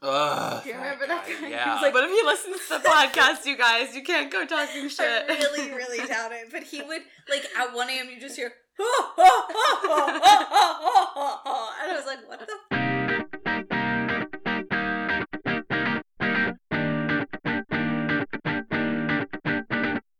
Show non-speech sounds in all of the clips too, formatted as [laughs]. Ugh. Do you remember that uh, guy? [laughs] He Yeah. was like, but if he listens to the podcast, you guys, you can't go talking I shit. [laughs] really, really doubt it. But he would like at one a.m. You just hear, oh, oh, oh, oh, oh, oh, oh, oh," and I was like, what the? F-?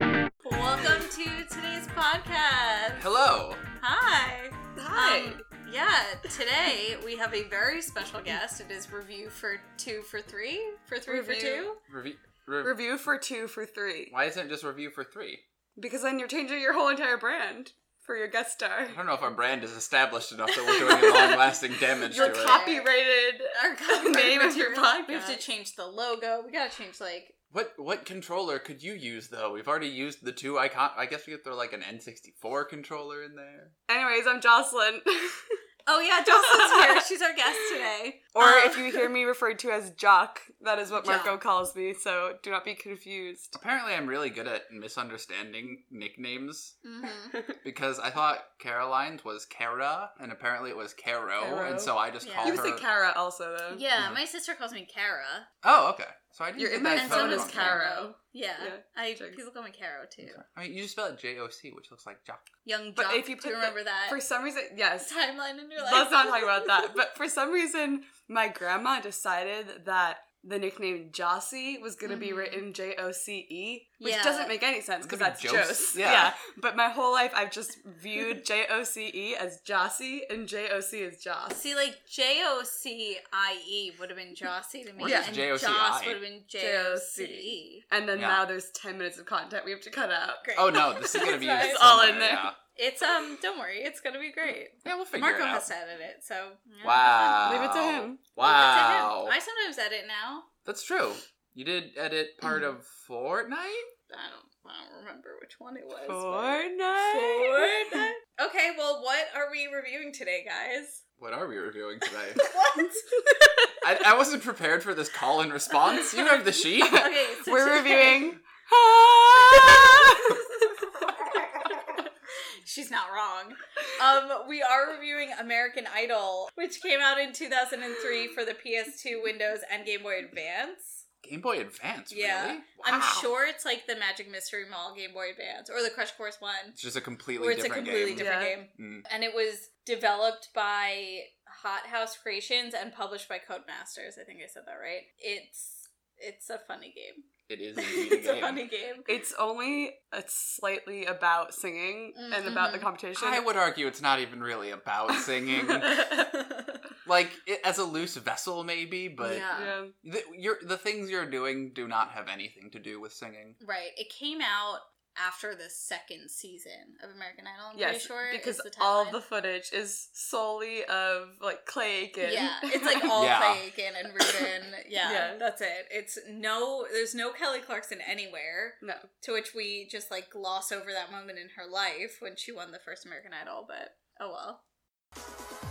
Welcome to today's podcast. Hello. Hi. Hi. Um, yeah, today we have a very special guest. It is review for two for three for three for two. Review. Review. Re- Review for two for three. Why isn't it just review for three? Because then you're changing your whole entire brand for your guest star. I don't know if our brand is established enough that we're doing long-lasting damage to Your it. cop- copyrighted. [laughs] our cover name of your material. We have to podcast. change the logo. We gotta change like What what controller could you use though? We've already used the two icon. I guess we could throw like an N64 controller in there. Anyways, I'm Jocelyn. oh yeah, Jocelyn's [laughs] here. She's our guest today. [laughs] or Um, if you hear me referred to as Jock, that is what Marco Jock. calls me, so do not be confused. Apparently, I'm really good at misunderstanding nicknames Mhm. because I thought Caroline's was Cara, and apparently it was Caro, Caro? and so I just Yeah. call You her. would say Kara also, though. Yeah, Mhm. my sister calls me Cara, oh, okay. So I didn't. Your get image that and so totally does wrong. Caro. Yeah, Yeah, I checks. people call me Caro too. I mean, you just spell it J O C, which looks like Jock. Young But Jock. if you do put you the- remember that For some reason, yes. timeline in your life? Let's not talk about that. But for some reason, my grandma decided that the nickname Jossie was going to be Mhm. written J O C E, which Yeah. doesn't make any sense because Wouldn't that's it be Jose. Jose? [laughs] Yeah. But my whole life, I've just viewed J O C E as Jossie and J O C as Joss. [laughs] See, like J O C I E would have been Jossie to me, Or just and J O C Joss I. would have been J O C E. And then Yeah. now there's 10 minutes of content we have to cut out. Great. Oh no, this is gonna be [laughs] It's used all in somewhere, there. Yeah, It's um, don't worry, it's gonna be great. yeah we'll figure Marco it out. has edited it, so yeah, wow. Leave it to him. Wow. I sometimes edit now. That's true. You did edit part Mm. of Fortnite. I don't, I don't remember which one it was. but- Fortnite. Fortnite. Okay, well, what are we reviewing today, guys? What are we reviewing today? What? I, I wasn't prepared for this call and response. You have the [laughs] sheet. [laughs] okay, so We're today- [laughs] reviewing. She's not wrong. Um, we are reviewing American Idol, which came out in 2003 for the PS2, Windows, and Game Boy Advance. Game Boy Advance. Yeah. Really? I'm Wow. sure it's like the Magic Mystery Mall Game Boy Advance or the Crush Course one, It's just a completely where it's a different completely game. different Yeah. game. Mm. and it was developed by Hot House Creations and published by Codemasters. I think I said that right. It's it's a funny game. It [laughs] is indeed a it's a game. funny game. It's only uh slightly about singing and about the Mhm. competition. I would argue it's not even really about singing. [laughs] [laughs] like it, as a loose vessel, maybe, but Yeah. yeah. the, you're, the things you're doing do not have anything to do with singing. Right. It came out after the second season of American Idol. I'm Yes, pretty sure is because the all timeline. the footage is solely of like Clay Aiken. yeah, [laughs] it's like [laughs] all Yeah. Clay Aiken and [laughs] Rubin. Yeah, Yeah. that's it. It's no, there's no Kelly Clarkson anywhere. no. To which we just like gloss over that moment in her life when she won the first American Idol, but oh well.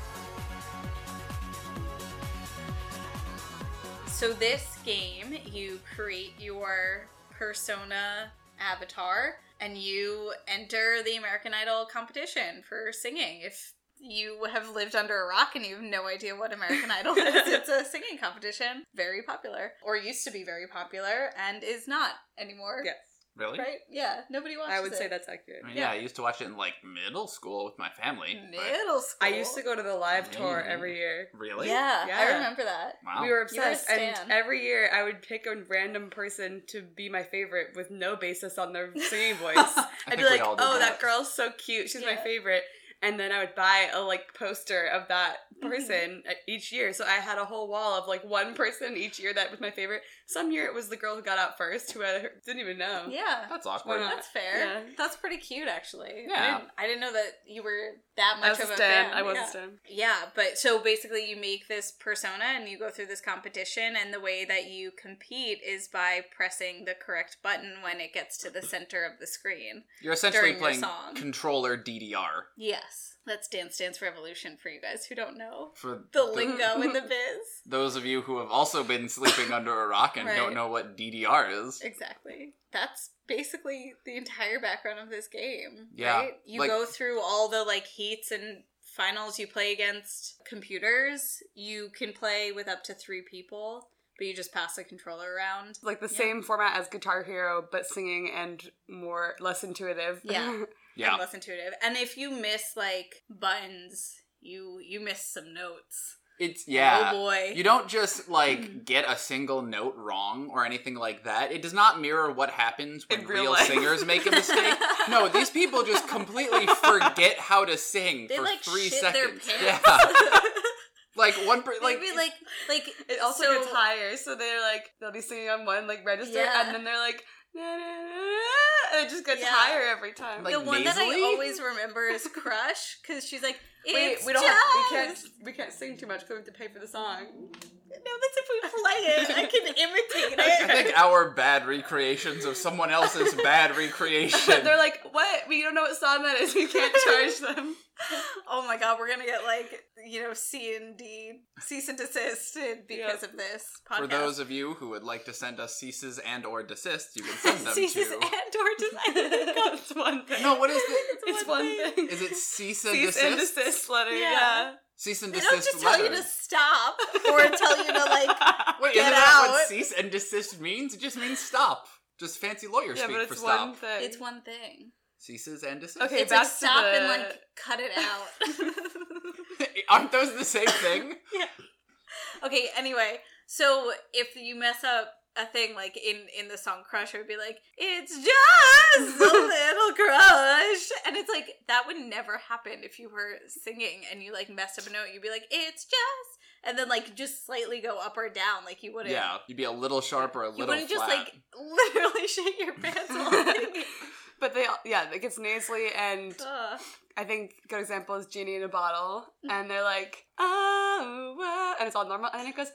So, this game, you create your persona avatar and you enter the American Idol competition for singing. If you have lived under a rock and you have no idea what American Idol is, it's a singing competition. Very popular, or used to be very popular, and is not anymore. Yes, Really? Right? Yeah. Nobody watches I would say it. that's accurate. I mean, yeah. I used to watch it in like middle school with my family. but- Middle school. I used to go to the live tour Mm. every year. Really? Yeah, I Yeah. remember that. Wow. We were You were a obsessed, and stan. every year I would pick a random person to be my favorite with no basis on their singing voice. [laughs] I I'd be think we like, all "Oh, did that. that. girl's so cute. She's my Yeah. favorite." And then I would buy a like poster of that Mhm. person at each year. So I had a whole wall of like one person each year that was my favorite. Some year it was the girl who got out first, who I [laughs] didn't even know. Yeah. That's awkward. not? That's fair. Yeah. That's pretty cute, actually. I Yeah. didn't, I didn't know that you were that I much was a of a stan. fan. I was yeah. a stan. Yeah, but so basically, you make this persona and you go through this competition, and the way that you compete is by pressing the correct button when it gets to the center of the screen. You're essentially During your playing song. controller DDR Yes, that's Dance Dance Revolution for you guys who don't know for the [laughs] lingo in the biz. Those of you who have also been sleeping under a rock and Right. don't know what DDR is. Exactly. That's basically the entire background of this game. Yeah, Right? You like- go through all the like heats and finals, you play against computers. You can play with up to three people, but you just pass the controller around. Like the Yeah. same format as Guitar Hero, but singing and more less intuitive. Yeah. [laughs] Yeah. and less intuitive. And if you miss like buttons, you you miss some notes. It's yeah. Oh boy. You don't just Mm. like get a single note wrong or anything like that. It does not mirror what happens when In real real life. singers make a mistake. [laughs] [laughs] No, these people just completely forget how to sing They for like three shit their seconds. pants. Yeah, like one, per- like, like, Maybe like like It also so- gets higher, so they're like they'll be singing on one like register, Yeah. and then they're like, "Na, na, na, na," and it just gets Yeah. higher every time. Like, the one that I nasally? always remember is Crush because she's like, Wait, it's we don't have, we jazz." can't we can't sing too much because we have to pay for the song. No, that's if [laughs] we play it. [laughs] I can imitate I think it. our bad recreations of someone else's bad recreation. they're like, "What? We don't know what song that is. We [laughs] can't charge them." [laughs] oh my god, we're gonna get like you know C and D cease and desist because of this podcast. for those of you who would like to send us ceases and or desists, you can [laughs] send them ceases to. and or [laughs] desist. That's [laughs] one thing. no, what is the? it's one thing. Is it cease and Cease desist? and desist letter. Yeah. Yeah. Cease and They desist don't just tell you letter. to stop [laughs] or tell you to like. [laughs] Wait, Get isn't that out. what cease and desist means? It just means stop. Just fancy lawyer yeah, speak but for it's stop. one thing. [laughs] It's one thing. Ceases and desist. Okay, it's like back to stop the- and like cut it out. [laughs] Aren't those the same thing? okay. Anyway, so if you mess up a thing like in in the song Crush, it would be like [laughs] it's just a little crush, and it's like that would never happen if you were singing and you like messed up a note. You'd be like it's just, and then like just slightly go up or down, like you wouldn't. yeah, you'd be a little sharper, a You little wouldn't flat. just like literally [laughs] shake your [laughs] pants while singing. But they, all- yeah, it gets nasally, and Ugh. I think a good example is Genie in a Bottle, and they're like, oh, wow," and it's all normal, and then it goes,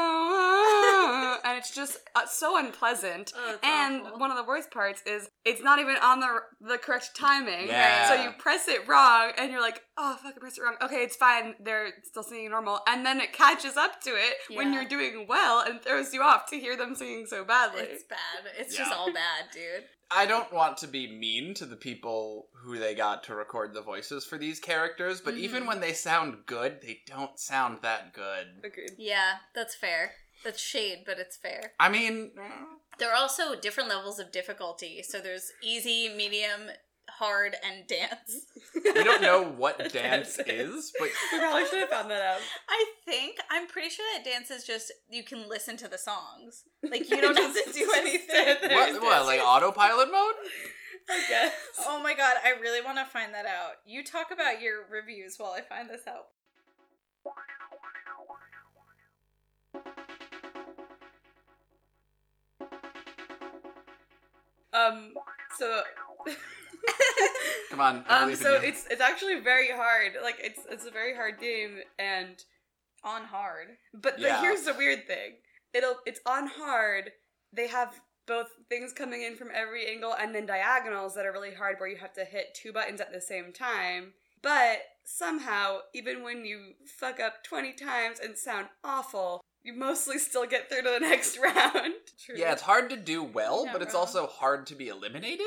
oh, wow," and it's just uh, so unpleasant. Oh, it's And awful. one of the worst parts is it's not even on the the correct timing. Yeah. So you press it wrong, and you're like, "Oh, fuck! I pressed it wrong. Okay, it's fine. They're still singing normal." And then it catches up to it when Yeah. you're doing well, and throws you off to hear them singing so badly. It's bad. It's just Yeah. all bad, dude. I don't want to be mean to the people who they got to record the voices for these characters, but even Mhm. when they sound good, they don't sound that good. Agreed. [laughs] Yeah, that's fair. That's shade, but it's fair. I mean, There are also different levels of difficulty. So there's easy, medium, hard, and dance. we don't know what dance is, but We probably should have found that out. [laughs] I think I'm pretty sure that dance is just you can listen to the songs. Like [laughs] you don't have to do anything. what, what like autopilot mode? I guess. [laughs] Oh my god, I really want to find that out. You talk about your reviews while I find this out. [laughs] Um. [laughs] So. Come on. I um. believe in So you. it's it's actually very hard. Like it's it's a very hard game, and On hard. but the, Yeah. here's the weird thing. It'll it's on hard. They have both things coming in from every angle, and then diagonals that are really hard, where you have to hit two buttons at the same time. But somehow, even when you fuck up twenty times and sound awful, you mostly still get through to the [laughs] next round. True. Yeah, it's hard to do well, Yeah, but it's bro. also hard to be eliminated.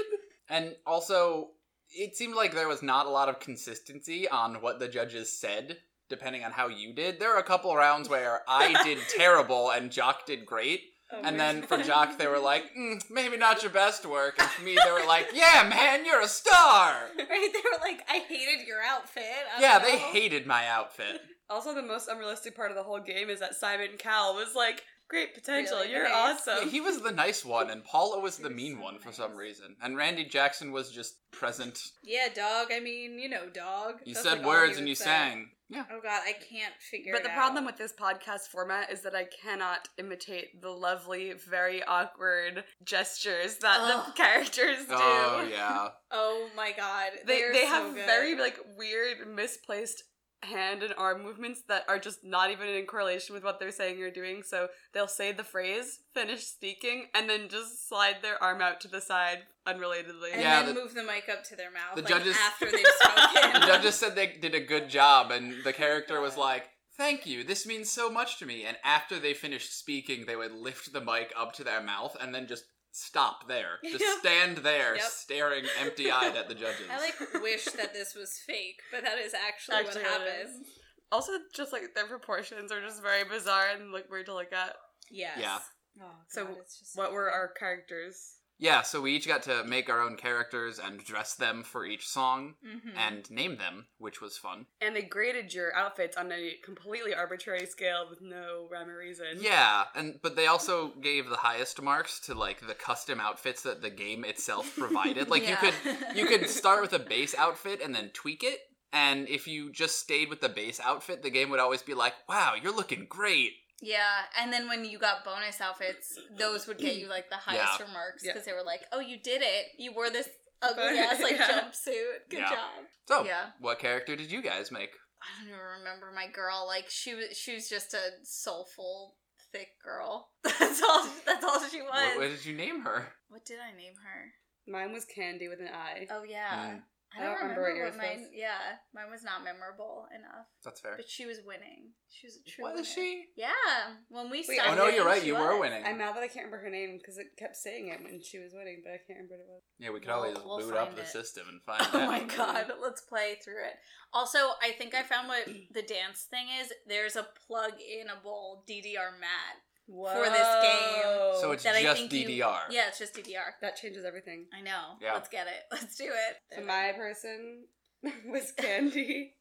And also, it seemed like there was not a lot of consistency on what the judges said, depending on how you did. There are a couple rounds where [laughs] I did terrible and Jock did great. And then for Jock, they were like, mm, maybe not your best work. And for me, they were like, yeah, man, you're a star. Right? They were like, I hated your outfit. I "Oh." don't Yeah, they know. hated my outfit. Also, the most unrealistic part of the whole game is that Simon Cowell was like, "Great potential, Really? you're Okay. Yeah, awesome." [laughs] he was the [laughs] nice one, and Paula was the He was mean so one for nice. some reason. And Randy Jackson was just present. Yeah, dog. I mean, you know, dog. You That's, said like, all words he and would you say. sang. Yeah. Oh god, I can't figure but it the out. problem with this podcast format is that I cannot imitate the lovely, very awkward gestures that the Ugh. characters do. Oh, yeah. Oh my god. They are they so have good. very like weird, misplaced hand and arm movements that are just not even in correlation with what they're saying or doing. So they'll say the phrase, finish speaking, and then just slide their arm out to the side unrelatedly. and Yeah, then the- move the mic up to their mouth the like, judges- [laughs] after they've spoken. the judges said they did a good job, and the character was like, "Thank you. This means so much to me." And after they finished speaking, they would lift the mic up to their mouth and then just stop [laughs] there. Just Yeah. stand there, Yep. staring empty eyed at the judges. I like wish that this was fake, but that is actually, Actually, what it happened. Also, just like their proportions are just very bizarre and like weird to look at. Yes. Yeah. Oh, So, God, it's just so What were funny. our characters? yeah, so we each got to make our own characters and dress them for each song Mhm. and name them, which was fun. And they graded your outfits on a completely arbitrary scale with no rhyme or reason. Yeah, and but they also gave the highest marks to like the custom outfits that the game itself provided. Like you [laughs] Yeah. could you could start with a base outfit and then tweak it. And if you just stayed with the base outfit, the game would always be like, "Wow, you're looking great." Yeah, and then when you got bonus outfits, those would get you like the highest remarks Yeah. because they were like, "Oh, you did it! You wore this ugly ass [laughs] like Yeah. jumpsuit. Good Yeah. job." So, Yeah. what character did you guys make? I don't even remember my girl. Like she was, she was just a soulful, thick girl. [laughs] That's all. That's all she was. What, What, what did you name her? did I name her? Mine was Candy with an eye. Oh yeah, Mm. I, don't remember, what yours mine. was. Yeah, mine was not memorable enough. That's fair. But she was winning. She was a true. What winner. is she? Yeah, when we Wait, stopped. Oh no, winning, you're right. she You were was. winning. I'm mad that I can't remember her name because it kept saying it when she was winning, but I can't remember what it was. yeah, we could We'll- always we'll boot up find the it. system [laughs] and find [laughs] Oh out. [laughs] my god, let's play through it. Also, I think I [clears throat] found what the dance thing is. There's a plug-inable DDR mat. For this game. Whoa. So it's That I just think you- DDR. Yeah, it's just DDR. that changes everything. I know. Yeah. Let's get it. [laughs] Let's do it. So my person [laughs] was Candy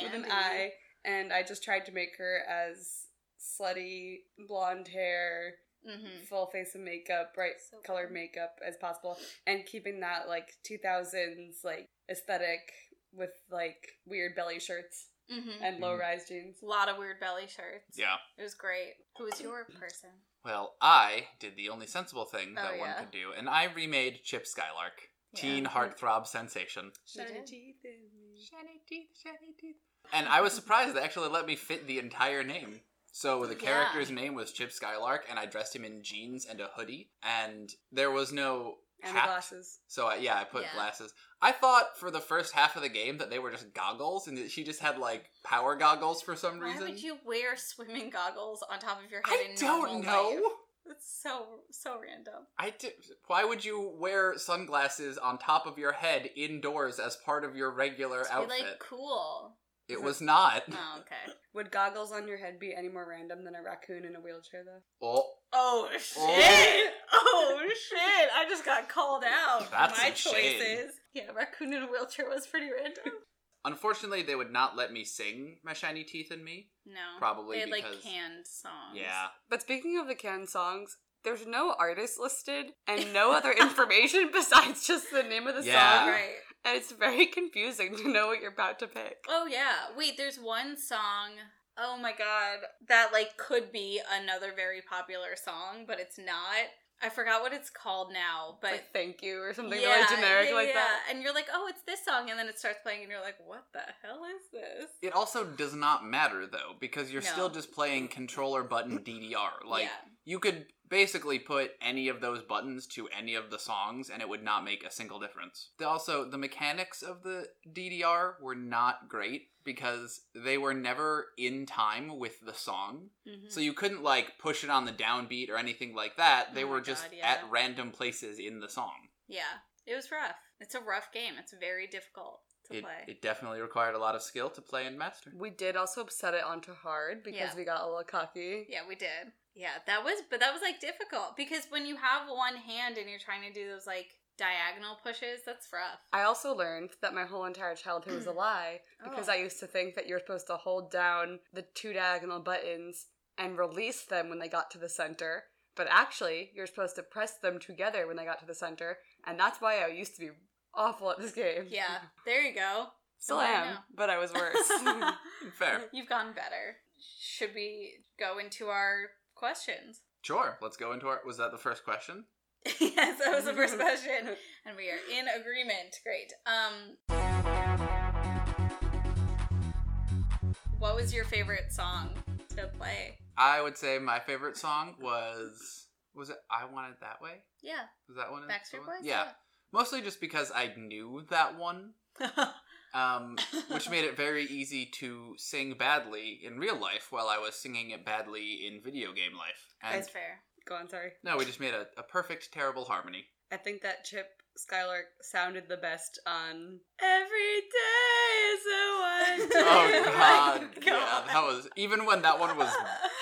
with an eye, and I just tried to make her as slutty, blonde hair, Mm-hmm. full face of makeup, bright So colored fun. makeup as possible, and keeping that like 2000s like aesthetic with like weird belly shirts Mm-hmm. and Mhm. low rise jeans. A lot of weird belly shirts. Yeah. It was great. Who was your person? Well, I did the only sensible thing Oh, that one yeah. could do, and I remade Chip Skylark, Yeah. teen heartthrob sensation. Shiny did. teeth in me. Shiny teeth, shiny teeth. And I was surprised they actually let me fit the entire name. So the Yeah. character's name was Chip Skylark, and I dressed him in jeans and a hoodie, and there was no And the hat. glasses. So I, yeah, I put Yeah. glasses. I thought for the first half of the game that they were just goggles, and that she just had like power goggles for some Why reason. would you wear swimming goggles on top of your head? I in normal don't know. life? It's so so random. I di- why would you wear sunglasses on top of your head indoors as part of your regular To outfit? be like cool. it was [laughs] not. Oh okay. Would goggles on your head be any more random than a raccoon in a wheelchair though? Oh, Oh shit. shit! Oh shit! I just got called out. for That's my some choices. shade. Yeah, raccoon in a wheelchair was pretty random. unfortunately, they would not let me sing "My Shiny Teeth and Me." [laughs] No, Probably Uh-huh. they had because- like canned songs. Yeah, But speaking of the canned songs, there's no artist listed and no other information [laughs] besides just the name of the Yeah. song. Right. And it's very confusing to know what you're about to pick. Oh yeah. Wait, there's one song. Oh my god, that like could be another very popular song, but it's not. I forgot what it's called now, But but thank you or something yeah, really generic yeah, like yeah. that. And you're like, oh, it's this song, and then it starts playing, and you're like, what the hell is this? it also does not matter though because you're No. still just playing controller button DDR. Like Yeah. you could basically put any of those buttons to any of the songs, and it would not make a single difference. The- Also, the mechanics of the DDR were not great because they were never in time with the song. Mhm. So you couldn't like push it on the downbeat or anything like that. They Oh my were just God, yeah. at random places in the song. Yeah, it was rough. It's a rough game. It's very difficult to It, play. it definitely required a lot of skill to play and [laughs] master. We did also set it onto hard because Yeah. we got a little cocky. yeah, we did. Yeah, that was, but that was like difficult because when you have one hand and you're trying to do those like diagonal pushes, that's rough. I also learned that my whole entire childhood [clears throat] was a lie because Oh. I used to think that you're supposed to hold down the two diagonal buttons and release them when they got to the center. But actually, you're supposed to press them together when they got to the center. And that's why I used to be awful at this game. Yeah, there you go. Still Well, I am, know. but I was [laughs] worse. Fair. You've gotten better. Should we go into our questions? [laughs] Sure. Let's go into our. Was that the first question? yes, that was the [laughs] first question, and we are in agreement. Great. Um, what was your favorite song to play? I would say my favorite song was was it I Want It That Way? Yeah, Was that one? of the Backstreet ones? Boys. Yeah. [laughs] Mostly just because I knew that one, um, which made it very easy to sing badly in real life while I was singing it badly in video game life. And That's fair. Go on, sorry. No, we just made a, a perfect, terrible [laughs] harmony. I think that Chip Skylark sounded the best on Every Day is a One [laughs] Day. Oh god. God. Yeah, that was even when that one [laughs] was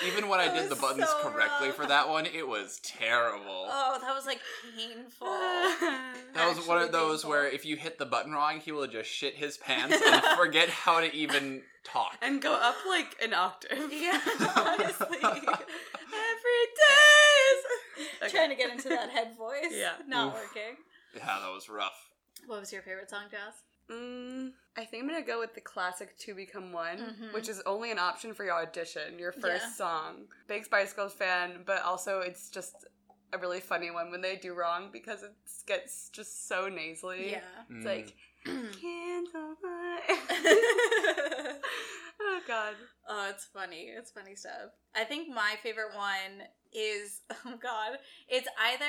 even when I That did the was buttons so correctly rough. for that one, it was terrible. Oh, that was like [laughs] painful. that was one actually of those painful. where if you hit the button wrong, he will just shit his pants and forget how to even talk. [laughs] and go up like an octave. [laughs] Yeah, honestly. Every day is Okay. Trying to get into that head voice. Yeah. Not Oof. working. Yeah, that was rough. What was your favorite song, Jazz? [laughs] Mm, I think I'm gonna go with the classic "To Become One," Mhm. which is only an option for your audition, your first Yeah. song. Big Spice Girls fan, but also it's just a really funny one when they do wrong because it gets just so nasally. it's Mm. Mm, like [clears throat] [laughs] candlelight. oh God, oh, it's funny. It's funny stuff. I think my favorite one is, [laughs] oh God, it's either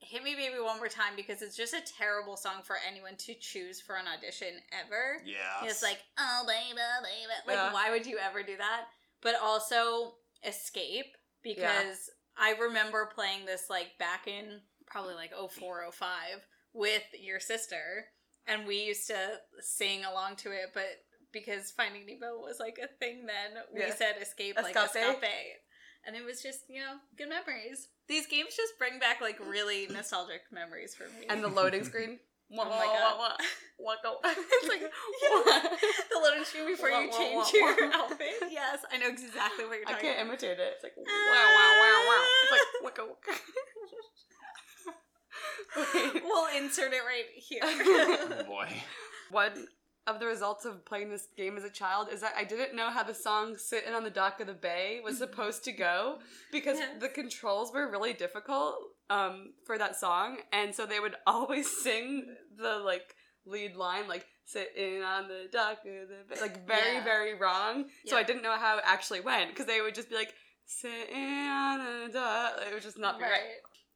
Hit Me Baby One More Time because it's just a terrible song for anyone to choose for an audition ever. yeah. It's like, [laughs] oh, baby, baby. Like, Yeah. why would you ever do that? But also, Escape, because I remember playing this, like, back in probably like 04, 05 with your sister, and we used to sing along to it, but because Finding Nemo was like a thing then, we Yeah. said Escape, like, Escape. Escape. And it was just, you know, good memories. These games just bring back, like, really nostalgic memories for me. and the loading screen. [laughs] Wah, Oh wah, my God. wah, wah, wah, [laughs] [laughs] wah. It's like [laughs] the loading screen before Wah, you wah, change wah, your wah. outfit. [laughs] Yes, I know exactly what you're I talking can't about. imitate it. It's like wow, wow, wow, wow. It's [laughs] like wicka, [laughs] wicka. [laughs] Okay. We'll insert it right [laughs] here. oh boy. One of the results of playing this game as a child is that I didn't know how the song Sitting on the Dock of the Bay was supposed to go because Yes. the controls were really difficult um, for that song. And so they would [laughs] always sing the like lead line, like sitting on the dock of the bay, like very, Yeah. very wrong. So Yeah. I didn't know how it actually went because they would just be like, sitting on the dock. It would just not be right.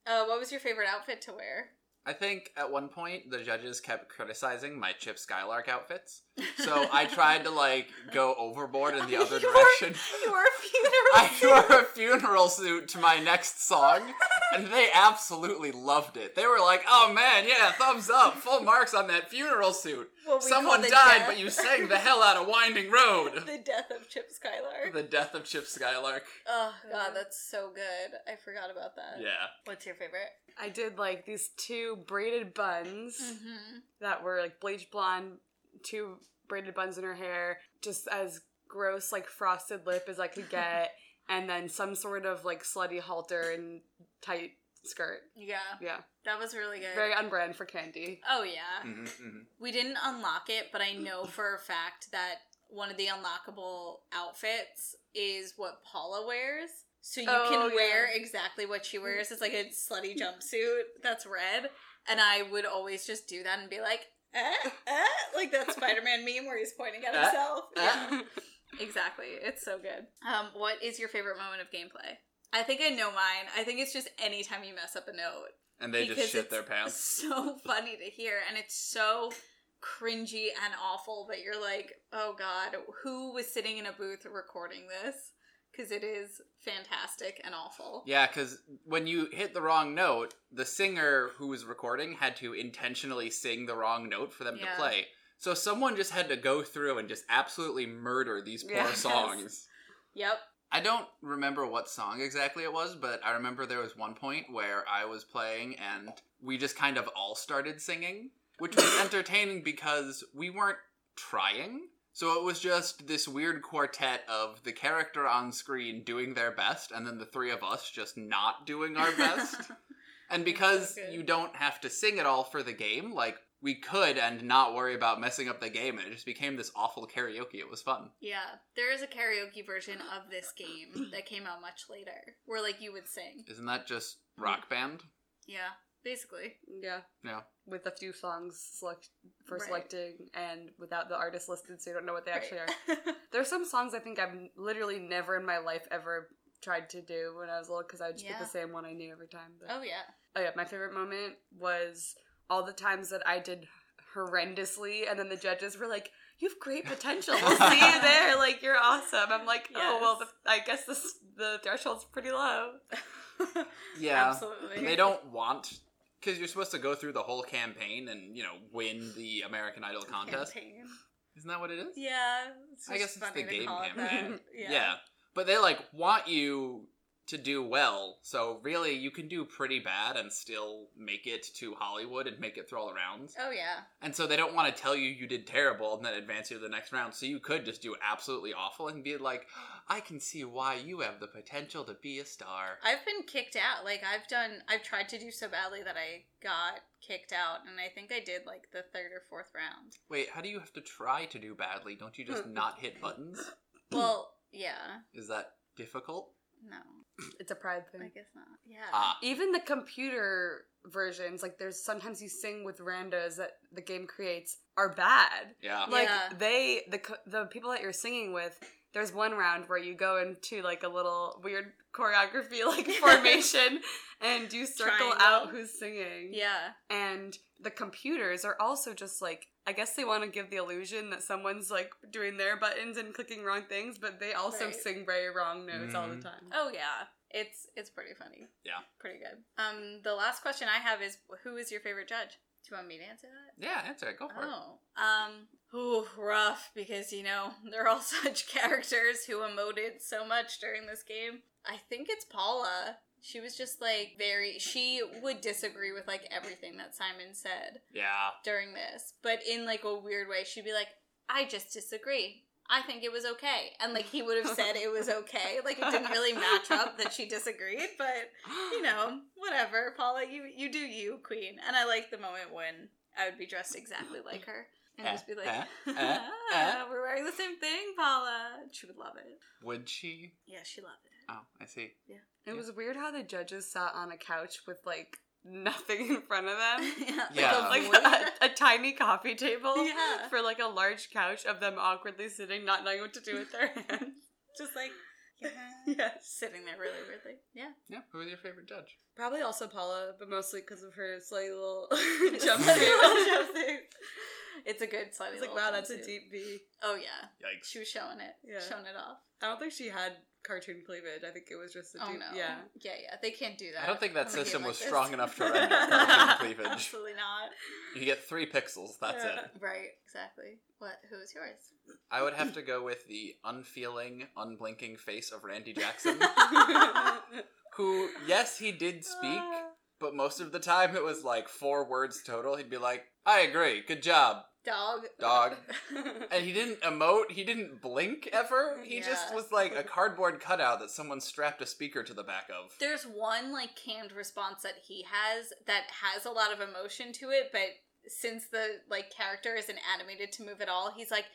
Uh, what was your favorite outfit to wear? [laughs] I think at one point the judges kept criticizing my Chip Skylark outfits. So I tried to like go overboard in the other You were- direction. You were a funeral. I [laughs] wore a funeral suit to my next song, and they absolutely loved it. They were like, "Oh man, yeah, thumbs up, full marks on that funeral suit." What we Someone call the died, death- but you sang the hell out of "Winding Road." [laughs] the death of Chip Skylar. the death of Chip Skylark. [laughs] Oh god, that's so good. I forgot about that. Yeah, What's your favorite? I did like these two braided buns. Mm-hmm. that were like bleach blonde, two braided buns in her hair, just as gross like frosted lip as I [laughs] could get, and then some sort of like slutty halter and tight skirt. Yeah, Yeah, that was really good. very on brand for candy. oh yeah. Mhm, mhm. We didn't unlock it, but I know for a fact that one of the unlockable outfits is what Paula wears. So you Oh, can yeah. wear exactly what she wears. It's like a slutty jumpsuit that's red. And I would always just do that and be like, eh, eh, like [laughs] that Spider Man meme where he's pointing at Eh, himself. eh. Yeah. exactly. It's so good. Um, what is your favorite moment of gameplay? I think I know mine. I think it's just anytime you mess up a note and they just shit their it's pants. [laughs] So funny to hear, and it's so cringy and awful that you're like, oh god, who was sitting in a booth recording this? Because it is fantastic and awful. Yeah, because when you hit the wrong note, the singer who was recording had to intentionally sing the wrong note for them Yeah. to play. So someone just had to go through and just absolutely murder these [laughs] poor Yes. songs. Yep. I don't remember what song exactly it was, but I remember there was one point where I was playing and we just kind of all started singing, which [coughs] was entertaining because we weren't trying. So it was just this weird quartet of the character on screen doing their best and then the three of us just not doing [laughs] our best. And because so good. you don't have to sing it all for the game, like we could and not worry about messing up the game, and it just became this awful karaoke. It was fun. yeah, there is a karaoke version of this [clears throat] game that came out much later, where like you would sing. Isn't that just Mm-hmm. rock band? Yeah, basically. Yeah. Yeah. With a few songs select for Right. selecting and without the artist listed, so you don't know what they actually are. Right. There's some songs I think I've literally never in my life ever tried to do when I was little because I would just Yeah. pick the same one I knew every time. But. [laughs] oh yeah. Oh yeah, my favorite moment was all the times that I did horrendously, and then the judges were like, "You have great potential. We'll see you [laughs] there. Like you're awesome." I'm like, "Oh well, Yes. the, I guess this the threshold's pretty low." [laughs] Yeah. Absolutely. And they don't want because you're supposed to go through the whole campaign and you know win the American Idol contest. Campaign. Isn't that what it is? Yeah. It's I just guess it's funny the to game call it campaign. [laughs] that. Yeah. But they like want you to do well, so really you can do pretty bad and still make it to Hollywood and make it through all the rounds. Oh yeah. And so they don't want to tell you you did terrible and then advance you to the next round. So you could just do absolutely awful and be like, I can see why you have the potential to be a star. I've been kicked out. Like I've done I've tried to do so badly that I got kicked out and I think I did like the third or fourth [clears throat] round. Wait, how do you have to try to do badly? Don't you Hmm. just not hit buttons? Well, yeah. Is that difficult? No. [laughs] It's a pride I thing. guess not. Yeah. Mm. Ah, Even the computer versions, like there's sometimes you sing with randos that the game creates are bad. yeah. Like Yeah. they the co- the people that you're singing with. There's one round where you go into like a little weird choreography [laughs] like [laughs] formation and you circle Triangle. out who's singing. yeah. and the computers are also just like I guess they want to give the illusion that someone's like doing their buttons and clicking wrong things, but they also Right. sing very wrong notes all the Mhm. time. Oh yeah. It's it's pretty funny. Yeah. Pretty good. Um the last question I have is who is your favorite judge? Do you want me to answer that? Yeah, answer it. Go for it. Oh. Um ooh, rough because you know, [laughs] they're all such characters who emoted so much during this game. I think it's Paula. She was just like very she would disagree with like everything that Simon said [gasps] Yeah. during this, but in like a weird way, she'd be like, "I just disagree. I think it was okay." And like he would have said it was okay. Like it didn't really match up that she disagreed, but you know, whatever, Paula, you you do you, queen. And I like the moment when I would be dressed exactly like her and Eh, just be like, [laughs] "Ah, eh, eh, eh. "We're wearing the same thing, Paula." And She would love it. [gasps] Would she? Yeah, she loved it. Oh, I see. It was weird how the judges sat on a couch with like [laughs] nothing in front of them. [laughs] yeah. Um, Yeah. Like, a, void. a, tiny coffee table Yeah. for like a large couch of them awkwardly sitting, not knowing what to do with their [laughs] hands. just like yes. sitting there really weirdly. Yeah. [laughs] Yeah. Who was your favorite judge? Probably also Paula, but mostly because of her slightly little [laughs] Jumpsuit. It's a good [laughs] slightly. It's like, little wow, that's a jumpsuit. deep V. Oh yeah. Yikes. She was showing it. Yeah. Showing it off. I don't think she had cartoon cleavage. I think it was just a oh deep, no. yeah. Yeah, yeah. They can't do that. I don't think that on a game system like was this. strong enough to [laughs] render cartoon cleavage. Absolutely not. You get three pixels. That's it. Yeah. [laughs] Right. Exactly. What? Who's yours? I would have to go with the unfeeling, unblinking face of Randy [laughs] Jackson, [laughs] who, yes, he did speak, [laughs] but most of the time it was like four words total. He'd be like, I agree, good job. Dog. Dog. And he didn't emote, he didn't blink ever. He just Yeah. was like a cardboard cutout that someone strapped a speaker to the back of. [laughs] There's one like canned response that he has that has a lot of emotion to it, but since the like character isn't animated to move at all, he's like,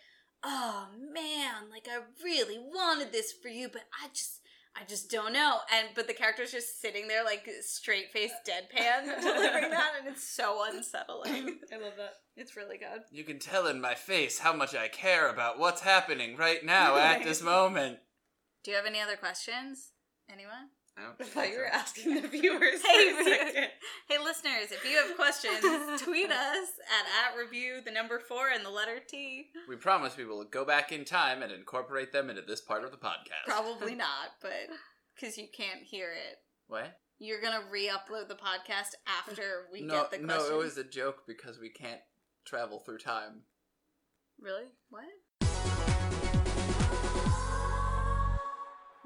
"Oh man, like I really wanted this for you, but I just I just don't know." And but the character's just sitting there like straight faced deadpan [laughs] delivering that, and it's so [laughs] unsettling. I love that. It's really good. You can tell in my face how much I care about what's happening [laughs] right now at this moment. Do you have any other questions? Anyone? I don't I think thought you so. were [laughs] asking the viewers [laughs] Hey, for a second. Hey, listeners, if you [laughs] have questions, tweet us at, at review the number four and the letter T. We promise we will go back in time and incorporate them into this part of the podcast. Probably not, but because you can't hear it. What? You're going to re upload the podcast after we no, get the no, question. it was a joke because we can't travel through time. Really? What?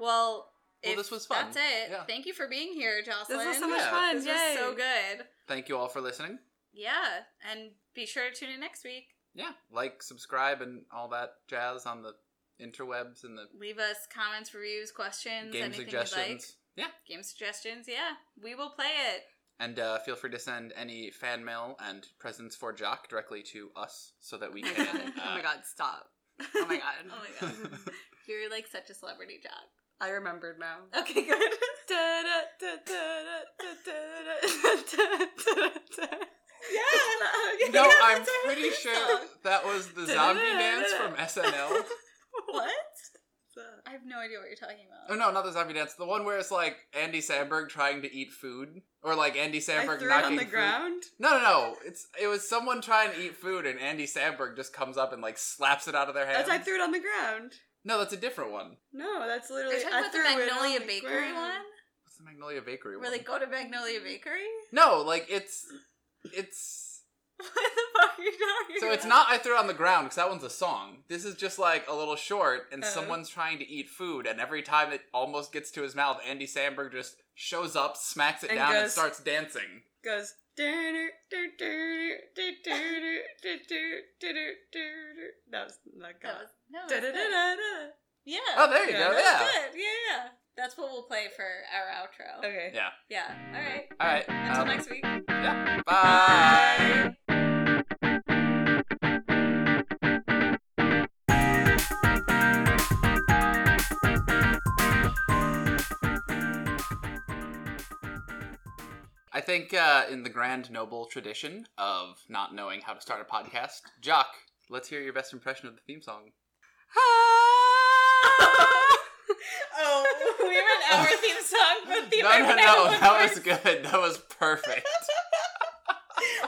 Well, Well, if this was fun. That's it. Yeah. Thank you for being here, Jocelyn. This was so much Yeah. fun. This was Yay. so good. Thank you all for listening. Yeah. And be sure to tune in next week. Yeah, like, subscribe, and all that jazz on the interwebs and the Leave us comments, reviews, questions, game anything suggestions. you'd like. Yeah, Game suggestions, yeah. We will play it. and uh, feel free to send any fan mail and presents for Jock directly to us so that [laughs] we can. Uh, oh my god, stop. Oh my god. oh my god. [laughs] You're like such a celebrity job. I remembered now. Okay, good. [laughs] [laughs] yeah. [laughs] no, I'm pretty sure that was the zombie dance from SNL. What? I have no idea what you're talking Oh about. no, not the zombie dance. The one where it's like Andy Samberg trying to eat food, or like Andy I Samberg threw it knocking on the food- ground. No, no, no. It's it was someone trying to eat food, and Andy Samberg just comes up and like slaps it out of their hands. That's I threw it on the ground. no, that's a different one. No, that's Are literally. you talking I about the threw it on Magnolia the Bakery ground. one? What's the Magnolia Bakery Where they one? go to Magnolia Bakery? [laughs] No, like it's it's What the fuck are you talking so it's about? not I threw it on the ground because that one's a song. This is just like a little short, and Oh. someone's trying to eat food, and every time it almost gets to his mouth, Andy Samberg just shows up, smacks it And down, and goes- starts dancing. Goes. That was not That good. was, no, it was good. Da-da-da-da-da. Yeah. Oh, there you Yeah, go. That was Yeah. good. Yeah, yeah. That's what we'll play for our outro. Okay. Yeah. [laughs] Yeah. All right. All right. Until um, next week. Bye. I think uh, in the grand noble tradition of not knowing how to start a podcast, Jock, let's hear your best impression of the theme song. Oh, we were in our theme song, but the no, no, no, [laughs] Oh. American Idol was that worse. was good. That was perfect.